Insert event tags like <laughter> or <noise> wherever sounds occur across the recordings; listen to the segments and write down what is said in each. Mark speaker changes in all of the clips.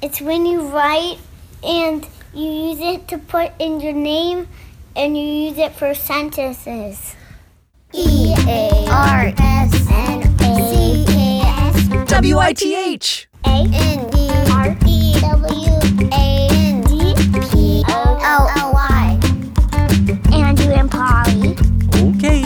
Speaker 1: It's when you write and you use it to put in your name and you use it for sentences.
Speaker 2: E A R S N A C A S
Speaker 3: W I T H.
Speaker 1: A
Speaker 2: N D R E W A N
Speaker 1: E
Speaker 2: D P O L L Y.
Speaker 1: Andrew and Polly.
Speaker 3: Okay.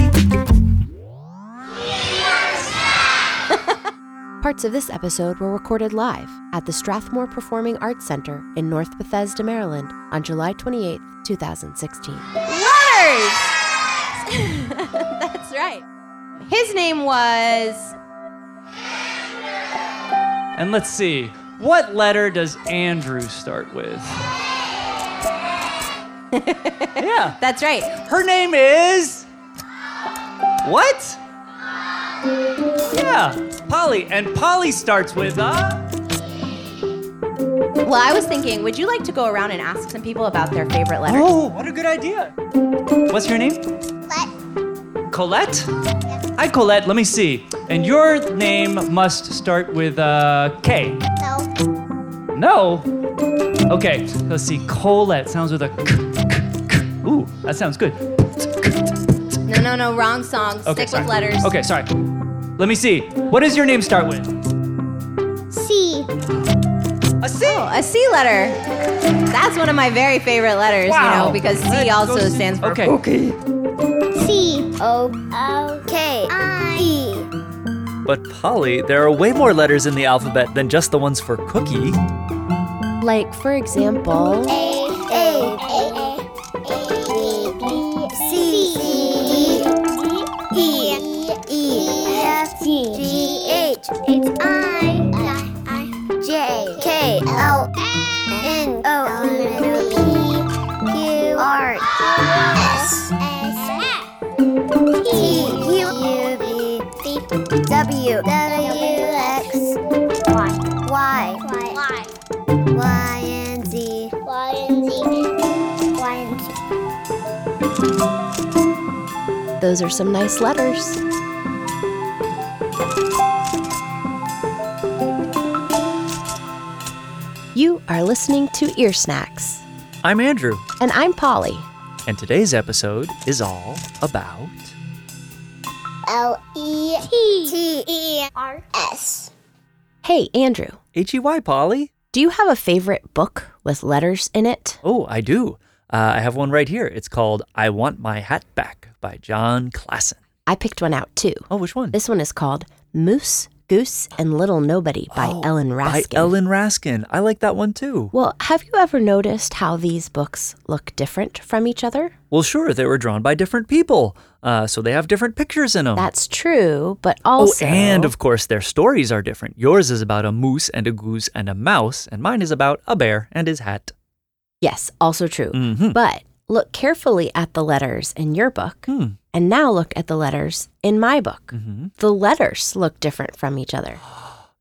Speaker 4: Parts of this episode were recorded live at the Strathmore Performing Arts Center in North Bethesda, Maryland on July 28, 2016.
Speaker 5: letters. <laughs> That's right. His name was.
Speaker 6: And let's see, what letter does Andrew
Speaker 3: <laughs>
Speaker 6: start with? yeah,
Speaker 5: That's right.
Speaker 6: her name is. What? Yeah, Polly. And Polly starts with uh.
Speaker 5: Well, I was thinking, would you like to go around and ask some people about their favorite letter?
Speaker 6: Oh, what a good idea. What's your name? Colette? Hi, Colette. Let me see. And your name must start with uh, K.
Speaker 2: No.
Speaker 6: No. Okay, let's see. Colette sounds with a k, k, k. Ooh, that sounds good.
Speaker 5: No, no, no, wrong song.
Speaker 6: Okay,
Speaker 5: Stick
Speaker 6: sorry.
Speaker 5: with letters.
Speaker 6: Okay, sorry. Let me see. What does your name start with?
Speaker 1: C.
Speaker 6: A C.
Speaker 5: Oh, a C letter. That's one of my very favorite letters, you
Speaker 6: Wow.
Speaker 5: know, because C
Speaker 6: Let's go
Speaker 5: also
Speaker 6: see-
Speaker 5: stands for
Speaker 6: Okay.
Speaker 2: C O
Speaker 1: O.
Speaker 2: K I E.
Speaker 7: But Polly, there are way more letters in the alphabet than just the ones for cookie.
Speaker 4: Like, for example,
Speaker 2: W W X Y
Speaker 1: Y.
Speaker 2: Y and Z.
Speaker 1: Y and Z. Y and Z.
Speaker 4: those are some nice letters. You are listening to Ear Snacks,
Speaker 7: I'm Andrew,
Speaker 4: and I'm Polly.
Speaker 7: and today's episode is all about.
Speaker 2: L E T T E R S.
Speaker 4: Hey, Andrew,
Speaker 7: H E Y, Polly?
Speaker 4: do you have a favorite book with letters in it?
Speaker 7: Oh, I do. Uh, I have one right here. It's called I Want My Hat Back by John Klassen.
Speaker 4: I picked one out too.
Speaker 7: Oh, which one?
Speaker 4: This one is called Moose, Goose, and Little Nobody by
Speaker 7: Oh,
Speaker 4: Ellen Raskin.
Speaker 7: By Ellen Raskin. I like that one too.
Speaker 4: Well, have you ever noticed how these books look different from each other?
Speaker 7: Well, sure, they were drawn by different people, uh, so they have different pictures in them.
Speaker 4: That's true, but
Speaker 7: Oh,
Speaker 4: also.
Speaker 7: and of course, their stories are different. Yours is about a moose and a goose and a mouse, and mine is about a bear and his hat.
Speaker 4: Yes, also true.
Speaker 7: Mhm.
Speaker 4: But look carefully at the letters in your book,
Speaker 7: Hmm.
Speaker 4: and now look at the letters in my book.
Speaker 7: Mhm.
Speaker 4: The letters look different from each other.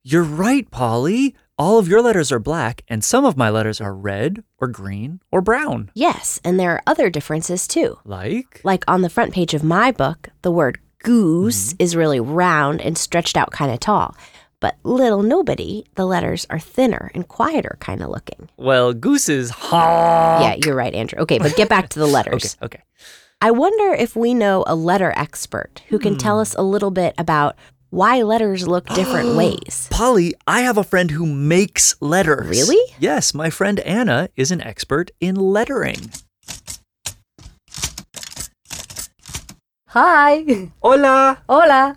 Speaker 7: You're right, Polly. All of your letters are black, and some of my letters are red or green or brown.
Speaker 4: Yes, and there are other differences too.
Speaker 7: Like?
Speaker 4: Like on the front page of my book, the word goose is really round and stretched out kind of tall. But little nobody, the letters are thinner and quieter kind of looking.
Speaker 7: Well, gooses. Ha.
Speaker 4: Yeah, you're right, Andrew. Okay, but get back to the letters.
Speaker 7: Okay. Okay.
Speaker 4: I wonder if we know a letter expert who can tell us a little bit about why letters look different ways.
Speaker 7: Polly, I have a friend who makes letters.
Speaker 4: Really?
Speaker 7: Yes, my friend Anna is an expert in lettering.
Speaker 8: Hi. <laughs>
Speaker 7: Hola.
Speaker 8: Hola.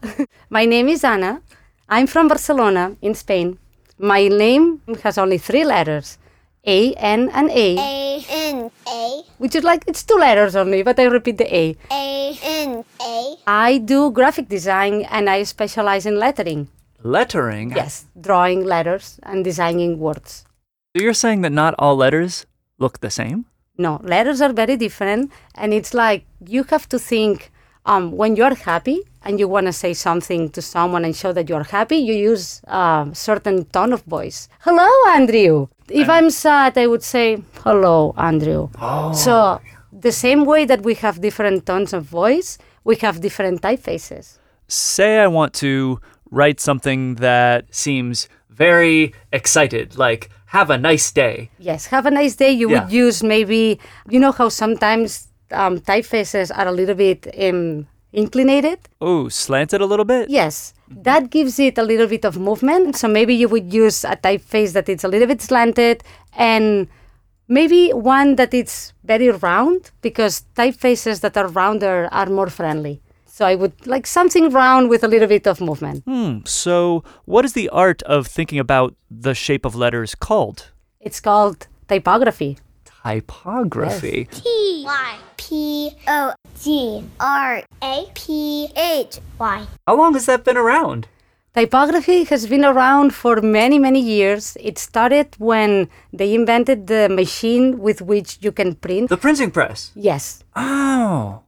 Speaker 8: My name is Ana. I'm from Barcelona in Spain. My name has only three letters A, N, and A,
Speaker 1: E
Speaker 2: A N A
Speaker 8: which is like it's two letters only, but I repeat the A.
Speaker 2: A N A.
Speaker 8: I do graphic design and I specialize in lettering.
Speaker 7: Lettering?
Speaker 8: Yes, drawing letters and designing words.
Speaker 7: So you're saying that not all letters look the same?
Speaker 8: No, letters are very different, and it's like you have to think um, when you're happy and you want to say something to someone and show that you're happy, you use a certain tone of voice. Hello, Andrew. If I'm sad, I would say, Hello, Andrew. So, the same way that we have different tones of voice, we have different typefaces.
Speaker 7: Say I want to write something that seems very excited, like, have a nice day.
Speaker 8: Yes, have a nice day. You would
Speaker 7: Yeah.
Speaker 8: use maybe, you know how sometimes um, typefaces are a little bit um, inclinated?
Speaker 7: Oh, slanted a little bit?
Speaker 8: Yes, that gives it a little bit of movement. So maybe you would use a typeface that it's a little bit slanted and maybe one that it's very round because typefaces that are rounder are more friendly. So I would like something round with a little bit of movement.
Speaker 7: So, what is the art of thinking about the shape of letters called?
Speaker 8: It's called typography.
Speaker 7: Typography.
Speaker 1: T Y P O G R A P H Y.
Speaker 7: How long has that been around?
Speaker 8: Typography has been around for many, many years. It started when they invented the machine with which you can print.
Speaker 7: The printing press.
Speaker 8: Yes,
Speaker 7: Oh.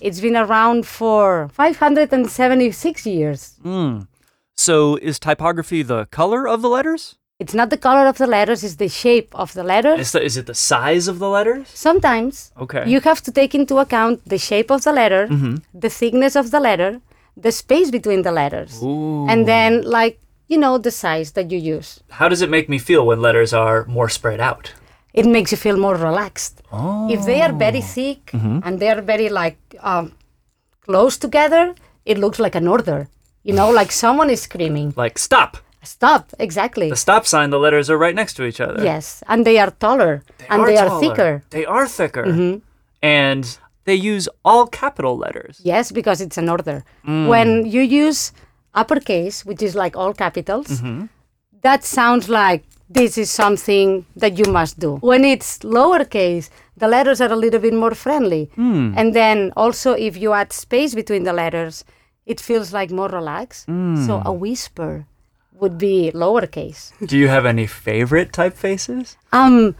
Speaker 8: it's been around for 576 years.
Speaker 7: So, is typography the color of the letters?
Speaker 8: It's not the color of the letters, it's the shape of the letters.
Speaker 7: Is, the, is it the size of the letters?
Speaker 8: Sometimes
Speaker 7: Okay.
Speaker 8: you have to take into account the shape of the letter, the thickness of the letter, the space between the letters, and then, like, you know, the size that you use.
Speaker 7: How does it make me feel when letters are more spread out?
Speaker 8: it makes you feel more relaxed. If they are very thick and they are very like um, close together, it looks like an order. You know, like someone is screaming,
Speaker 7: Like, stop!
Speaker 8: "Stop!" Exactly.
Speaker 7: The stop sign, the letters are right next to each other.
Speaker 8: Yes, and they are taller and they are
Speaker 7: taller.
Speaker 8: thicker. Mm-hmm.
Speaker 7: They are thicker. And they use all capital letters.
Speaker 8: Yes, because it's an order. When you use uppercase, which is like all capitals, that sounds like this is something that you must do. When it's lowercase, the letters are a little bit more friendly. And then also, if you add space between the letters, it feels like more relaxed. So a whisper would be lowercase.
Speaker 7: Do you have any favorite typefaces?
Speaker 8: Um,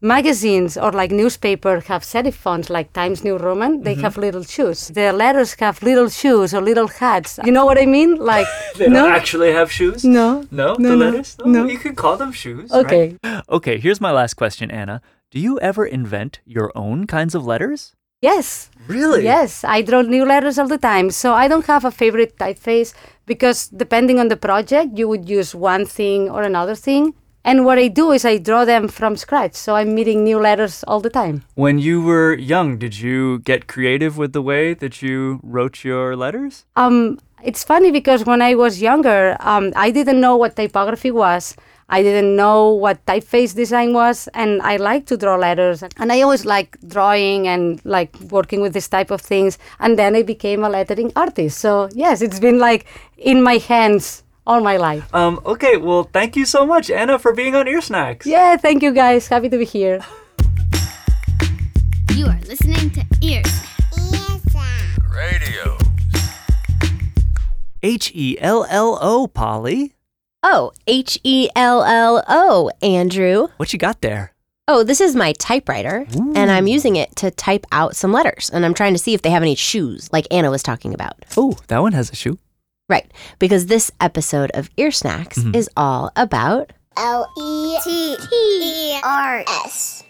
Speaker 8: magazines or like newspaper have serif fonts like Times New Roman.
Speaker 7: Mm-hmm.
Speaker 8: They have little shoes. The letters have little shoes or little hats. You know what I mean? Like
Speaker 7: <laughs> They don't actually have shoes?
Speaker 8: No.
Speaker 7: No?
Speaker 8: No,
Speaker 7: the
Speaker 8: no,
Speaker 7: letters? No,
Speaker 8: no.
Speaker 7: You could call them shoes. right?
Speaker 8: okay.
Speaker 7: Okay, here's my last question, Anna. Do you ever invent your own kinds of letters?
Speaker 8: Yes.
Speaker 7: Really?
Speaker 8: Yes, I draw new letters all the time. So I don't have a favorite typeface because depending on the project, you would use one thing or another thing. And what I do is I draw them from scratch. So I'm meeting new letters all the time.
Speaker 7: When you were young, did you get creative with the way that you wrote your letters?
Speaker 8: Um, it's funny because when I was younger, um, I didn't know what typography was. I didn't know what typeface design was, and I like to draw letters, and I always like drawing and like working with this type of things. And then I became a lettering artist. So yes, it's been like in my hands all my life.
Speaker 7: Um, okay, well, thank you so much, Anna, for being on Ear Snacks.
Speaker 8: Yeah, thank you guys. Happy to be here.
Speaker 2: You are listening to Ears.
Speaker 9: Radio.
Speaker 7: H E L L O, Polly.
Speaker 4: Oh, H E L L O, Andrew.
Speaker 7: What you got there?
Speaker 4: Oh, this is my typewriter, and I'm using it to type out some letters. And I'm trying to see if they have any shoes, like Anna was talking about.
Speaker 7: Oh, that one has a shoe.
Speaker 4: Right, because this episode of Ear Snacks
Speaker 7: Mm-hmm.
Speaker 4: is all about.
Speaker 2: L E T T E R S.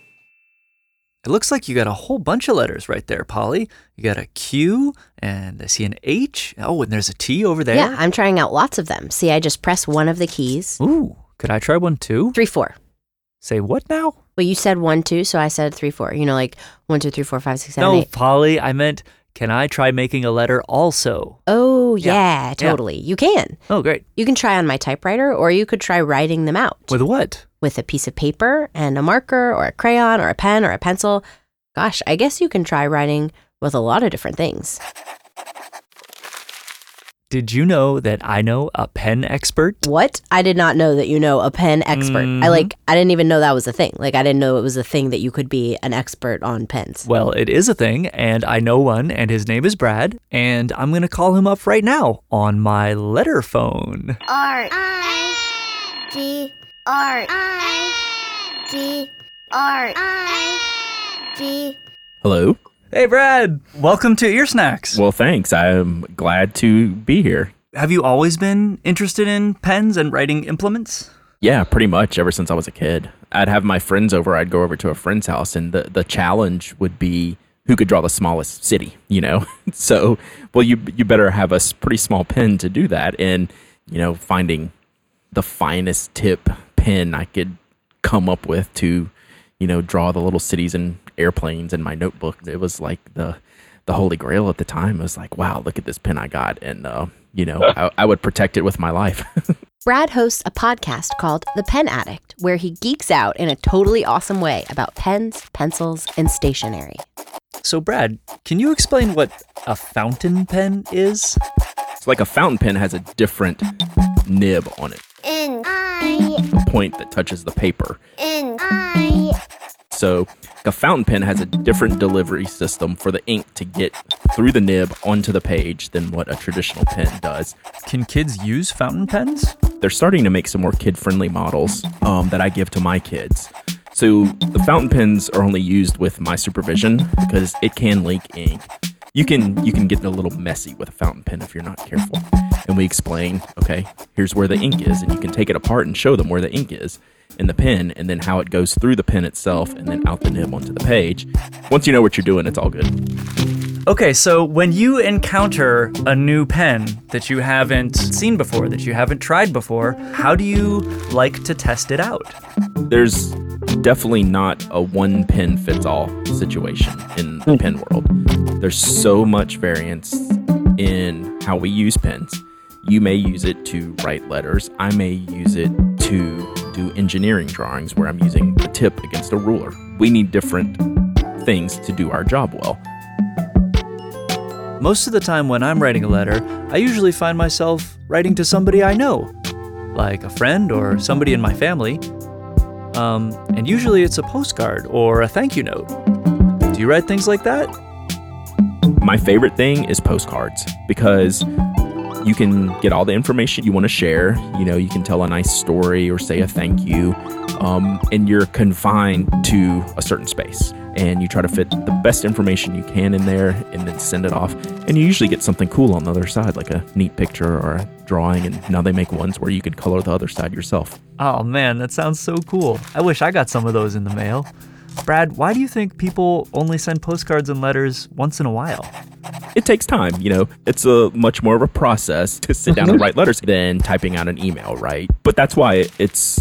Speaker 7: It looks like you got a whole bunch of letters right there, Polly. You got a Q, and I see an H. Oh, and there's a T over there.
Speaker 4: Yeah, I'm trying out lots of them. See, I just press one of the keys.
Speaker 7: Ooh, could I try one too?
Speaker 4: Three, four.
Speaker 7: Say what now?
Speaker 4: Well, you said one, two, so I said three, four. You know, like one, two, three, four, five, six, seven,
Speaker 7: no,
Speaker 4: eight.
Speaker 7: Polly, I meant, can I try making a letter also?
Speaker 4: Oh,
Speaker 7: Yeah.
Speaker 4: yeah,
Speaker 7: Yeah.
Speaker 4: totally. You can.
Speaker 7: Oh, great.
Speaker 4: You can try on my typewriter, or you could try writing them out
Speaker 7: With what?
Speaker 4: with a piece of paper and a marker, or a crayon, or a pen, or a pencil. Gosh, I guess you can try writing with a lot of different things.
Speaker 7: Did you know that I know a pen expert?
Speaker 4: What? I did not know that you know a pen expert. I like I didn't even know that was a thing. Like I didn't know it was a thing that you could be an expert on pens.
Speaker 7: Well, it is a thing, and I know one, and his name is Brad, and I'm going to call him up right now on my letter phone.
Speaker 2: R I G R I G R I G.
Speaker 9: Hello.
Speaker 7: Hey, Brad. Welcome to Ear Snacks.
Speaker 9: Well, thanks. I'm glad to be here.
Speaker 7: Have you always been interested in pens and writing implements?
Speaker 9: Yeah, pretty much ever since I was a kid. I'd have my friends over, I'd go over to a friend's house, and the, the challenge would be who could draw the smallest city, you know? <laughs> so, well, you, you better have a s- pretty small pen to do that. And, you know, finding the finest tip pen I could come up with to, you know, draw the little cities and airplanes in my notebook. It was like the the holy grail at the time. It was like, wow, look at this pen I got, and uh, you know, I, I would protect it with my life. <laughs>
Speaker 4: Brad hosts a podcast called The Pen Addict, where he geeks out in a totally awesome way about pens, pencils, and stationery.
Speaker 10: So, Brad, can you explain what a fountain pen is?
Speaker 9: it's like a fountain pen has a different nib on it,
Speaker 2: And I,
Speaker 9: point that touches the paper.
Speaker 2: and I,
Speaker 9: So a fountain pen has a different delivery system for the ink to get through the nib onto the page than what a traditional pen does.
Speaker 10: Can kids use fountain pens?
Speaker 9: They're starting to make some more kid-friendly models um, that I give to my kids. So the fountain pens are only used with my supervision because it can leak ink. You can you can get a little messy with a fountain pen if you're not careful. And we explain, okay, here's where the ink is, and you can take it apart and show them where the ink is in the pen and then how it goes through the pen itself and then out the nib onto the page. Once you know what you're doing, it's all good.
Speaker 7: Okay, so when you encounter a new pen that you haven't seen before, that you haven't tried before, how do you like to test it out?
Speaker 9: There's definitely not a one pen fits all situation in the pen world. There's so much variance in how we use pens. You may use it to write letters. I may use it to do engineering drawings where I'm using the tip against a ruler. We need different things to do our job well.
Speaker 10: Most of the time when I'm writing a letter, I usually find myself writing to somebody I know, like a friend or somebody in my family. Um, and usually it's a postcard or a thank you note. Do you write things like that?
Speaker 9: My favorite thing is postcards because you can get all the information you want to share. You know, you can tell a nice story or say a thank you, um, and you're confined to a certain space. And you try to fit the best information you can in there and then send it off. And you usually get something cool on the other side, like a neat picture or a drawing. And now they make ones where you can color the other side yourself.
Speaker 7: Oh man, that sounds so cool. I wish I got some of those in the mail. Brad, why do you think people only send postcards and letters once in a while?
Speaker 9: It takes time, you know, it's a much more of a process to sit down and write letters than typing out an email, right? But that's why it's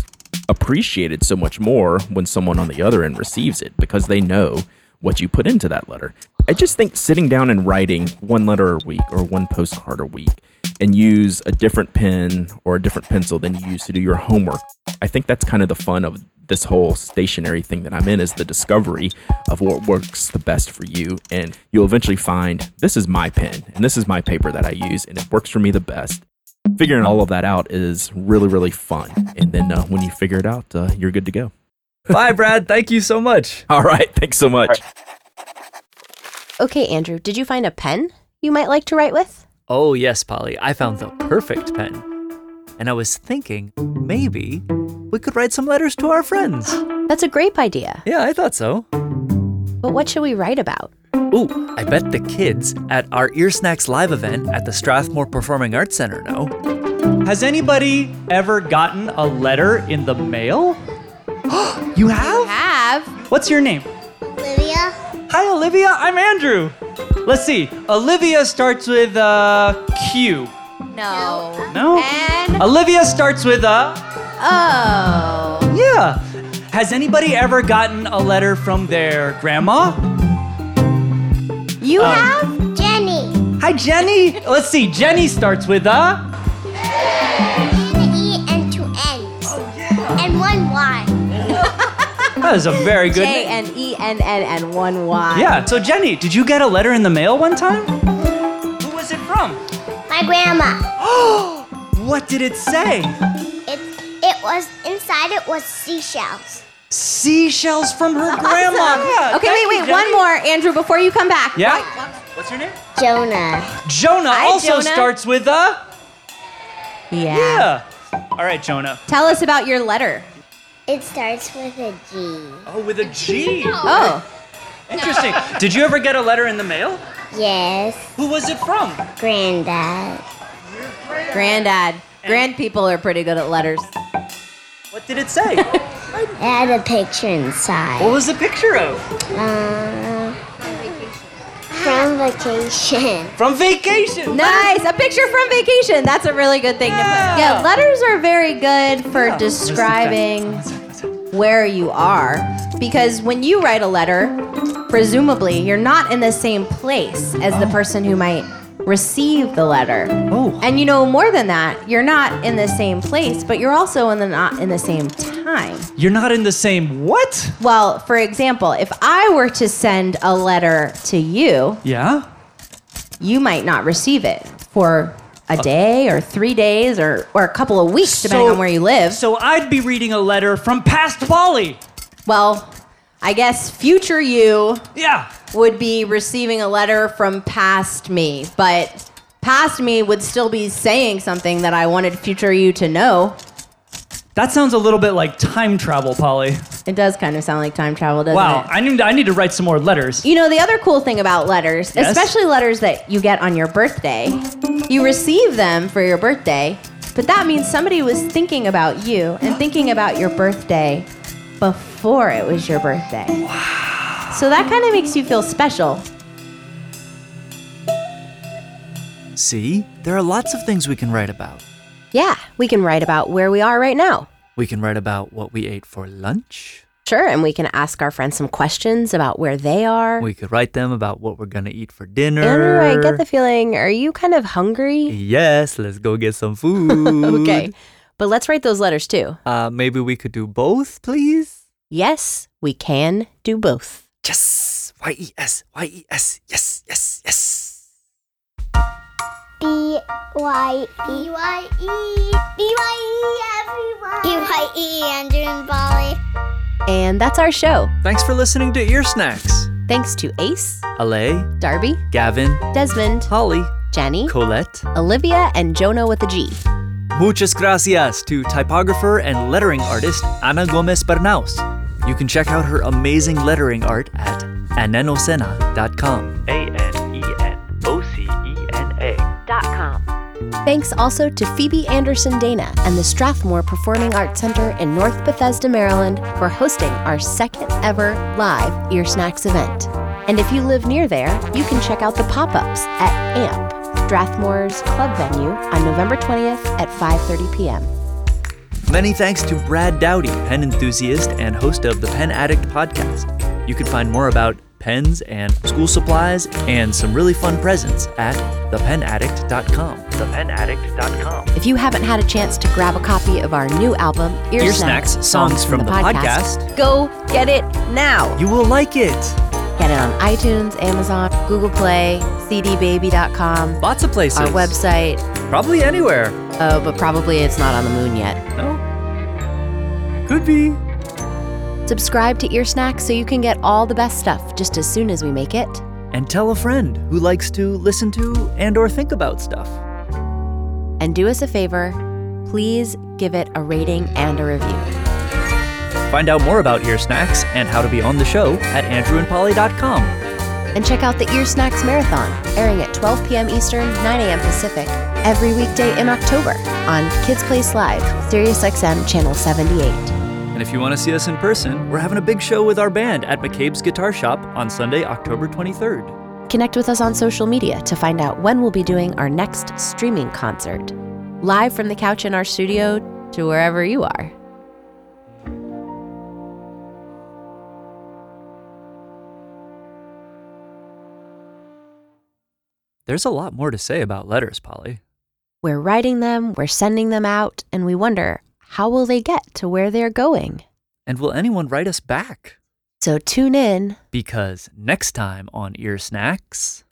Speaker 9: appreciated so much more when someone on the other end receives it because they know what you put into that letter. I just think sitting down and writing one letter a week or one postcard a week and use a different pen or a different pencil than you use to do your homework. I think that's kind of the fun of this whole stationary thing that I'm in is the discovery of what works the best for you. And you'll eventually find this is my pen and this is my paper that I use and it works for me the best. Figuring all of that out is really, really fun. And then uh, when you figure it out, uh, you're good to go. <laughs>
Speaker 7: Bye, Brad. Thank you so much.
Speaker 9: All right. Thanks so much.
Speaker 4: Okay, Andrew, did you find a pen you might like to write with?
Speaker 7: Oh, yes, Polly, I found the perfect pen. And I was thinking maybe we could write some letters to our friends.
Speaker 4: That's a grape idea.
Speaker 7: Yeah, I thought so.
Speaker 4: But what should we write about?
Speaker 7: Ooh, I bet the kids at our Ear Snacks live event at the Strathmore Performing Arts Center know. Has anybody ever gotten a letter in the mail? <gasps> you have?
Speaker 5: Have
Speaker 7: What's your name?
Speaker 2: Olivia,
Speaker 7: Hi, Olivia. I'm Andrew. Let's see. Olivia starts with a Q.
Speaker 5: no.
Speaker 7: No?
Speaker 5: And
Speaker 7: Olivia starts with a.
Speaker 5: oh.
Speaker 7: Yeah. Has anybody ever gotten a letter from their grandma?
Speaker 5: You have?
Speaker 2: Jenny,
Speaker 7: Hi, Jenny. Let's see. Jenny starts with a.
Speaker 2: an E and two N's, and one Y.
Speaker 7: That is a very good.
Speaker 5: J and E N N and one Y.
Speaker 7: Yeah. So Jenny, did you get a letter in the mail one time? Who was it from?
Speaker 2: My grandma.
Speaker 7: What did it say?
Speaker 2: It, it was inside. It was seashells.
Speaker 7: Seashells from her grandma. Yeah,
Speaker 5: Okay,
Speaker 7: thank
Speaker 5: wait,
Speaker 7: you,
Speaker 5: wait,
Speaker 7: Jenny.
Speaker 5: one more, Andrew, before you come back.
Speaker 7: Yeah. What's your name?
Speaker 2: Jonah.
Speaker 7: Jonah
Speaker 5: Hi,
Speaker 7: also
Speaker 5: Jonah.
Speaker 7: starts with a.
Speaker 5: Yeah.
Speaker 7: Yeah. All right, Jonah.
Speaker 5: Tell us about your letter.
Speaker 2: It starts with a G.
Speaker 7: Oh, with a G.
Speaker 5: Oh.
Speaker 7: Interesting. Did you ever get a letter in the mail?
Speaker 2: Yes,
Speaker 7: Who was it from?
Speaker 2: granddad.
Speaker 5: Granddad. Grand people are pretty good at letters.
Speaker 7: What did it say?
Speaker 2: It had a picture
Speaker 7: what
Speaker 2: inside.
Speaker 7: was the picture of?
Speaker 2: Uh, from From vacation.
Speaker 11: From vacation.
Speaker 5: Nice, a picture from vacation. That's a really good thing to put. Yeah, letters are very good for describing where you are because when you write a letter, presumably you're not in the same place as the person who might receive the letter.
Speaker 7: Oh.
Speaker 5: And you know more than that, you're not in the same place, but you're also in the not in the same time.
Speaker 7: You're not in the same what?
Speaker 5: Well, for example, if I were to send a letter to you,
Speaker 7: Yeah?
Speaker 5: you might not receive it for a day or three days or, or a couple of weeks, depending
Speaker 7: Uh, So-
Speaker 5: on where you live.
Speaker 7: So I'd be reading a letter from past Wally.
Speaker 5: Well, I guess future you
Speaker 7: Yeah.
Speaker 5: would be receiving a letter from past me, but past me would still be saying something that I wanted future you to know.
Speaker 7: That sounds a little bit like time travel, Polly.
Speaker 5: It does kind of sound like time travel, doesn't
Speaker 7: Wow,
Speaker 5: it?
Speaker 7: I need I need to write some more letters.
Speaker 5: You know, the other cool thing about letters,
Speaker 7: Yes?
Speaker 5: especially letters that you get on your birthday, you receive them for your birthday, but that means somebody was thinking about you and thinking about your birthday before it was your birthday. Wow. So that kind of makes you feel special.
Speaker 12: See, there are lots of things we can write about.
Speaker 4: Yeah, we can write about where we are right now.
Speaker 12: We can write about what we ate for lunch.
Speaker 4: Sure, and we can ask our friends some questions about where they are.
Speaker 12: We could write them about what we're gonna eat for dinner.
Speaker 4: Andrew, I get the feeling, are you kind of hungry?
Speaker 12: Yes, let's go get some food.
Speaker 4: <laughs> Okay. But let's write those letters too.
Speaker 12: Uh, maybe we could do both, please.
Speaker 4: Yes, we can do both.
Speaker 12: Yes. Y E S. Y E S. Yes. Yes. Yes.
Speaker 2: B Y E Y E B Y E everyone.
Speaker 13: BYE, Andrew and Polly.
Speaker 4: And that's our show.
Speaker 12: Thanks for listening to Ear Snacks.
Speaker 4: Thanks to Ace,
Speaker 12: Ale,
Speaker 4: Darby,
Speaker 12: Gavin,
Speaker 4: Desmond,
Speaker 12: Holly,
Speaker 4: Jenny,
Speaker 12: Colette.
Speaker 4: Olivia, and Jonah with a G.
Speaker 12: Muchas gracias to typographer and lettering artist Ana Gomez Bernaus. You can check out her amazing lettering art at anenocena.com.
Speaker 4: Thanks also to Phoebe Anderson Dana and the Strathmore Performing Arts Center in North Bethesda, Maryland, for hosting our second ever live Ear Snacks event. And if you live near there, you can check out the pop ups at AMP, Strathmore's club venue, on November 20th at 5.30 p.m.
Speaker 12: Many thanks to Brad Dowdy, pen enthusiast and host of the Pen Addict podcast. You can find more about pens and school supplies and some really fun presents at thepenaddict.com. Thepenaddict.com.
Speaker 4: If you haven't had a chance to grab a copy of our new album, Ear,
Speaker 12: Ear Snacks, songs from the podcast,
Speaker 4: go get it now.
Speaker 12: you will like it.
Speaker 4: Get it on iTunes, Amazon, Google Play, cdbaby.com,
Speaker 12: Lots of places.
Speaker 4: our website,
Speaker 12: Probably anywhere.
Speaker 4: Oh, but probably it's not on the moon yet.
Speaker 12: No. Could be.
Speaker 4: Subscribe to Ear Snacks so you can get all the best stuff just as soon as we make it.
Speaker 12: And tell a friend who likes to listen to and or think about stuff.
Speaker 4: And do us a favor, please give it a rating and a review.
Speaker 12: Find out more about Ear Snacks and how to be on the show at andrewandpolly.com.
Speaker 4: And check out the Ear Snacks Marathon, airing at 12 p.m. Eastern, 9 a.m. Pacific, every weekday in October on Kids Place Live, SiriusXM Channel 78.
Speaker 12: And if you want to see us in person, we're having a big show with our band at McCabe's Guitar Shop on Sunday, October 23rd.
Speaker 4: Connect with us on social media to find out when we'll be doing our next streaming concert. Live from the couch in our studio to wherever you are.
Speaker 12: There's a lot more to say about letters, Polly.
Speaker 4: We're writing them, we're sending them out, and we wonder how will they get to where they're going?
Speaker 12: And will anyone write us back?
Speaker 4: So tune in.
Speaker 12: Because next time on Ear Snacks,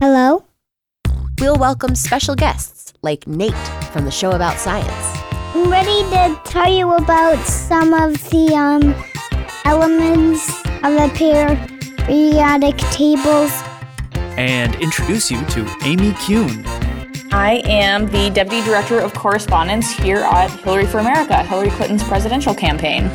Speaker 2: Hello?
Speaker 4: We'll welcome special guests like Nate from the show about science.
Speaker 2: I'm ready to tell you about some of the um, elements of a pair periodic tables.
Speaker 12: and introduce you to Amy Kuhn.
Speaker 14: I am the Deputy Director of Correspondence here at Hillary for America, Hillary Clinton's presidential campaign.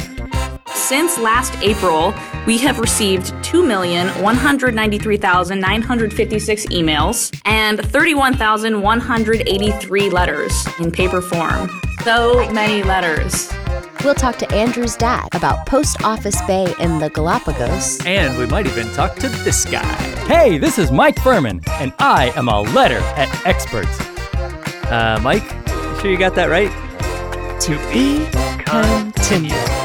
Speaker 14: Since last April, we have received 2,193,956 emails and 31,183 letters in paper form. So many letters.
Speaker 4: We'll talk to Andrew's dad about Post Office Bay in the Galapagos.
Speaker 7: And we might even talk to this guy.
Speaker 15: Hey, this is Mike Furman, and I am a letter at experts.
Speaker 7: Uh, Mike, you sure you got that right? To be continued.
Speaker 2: E,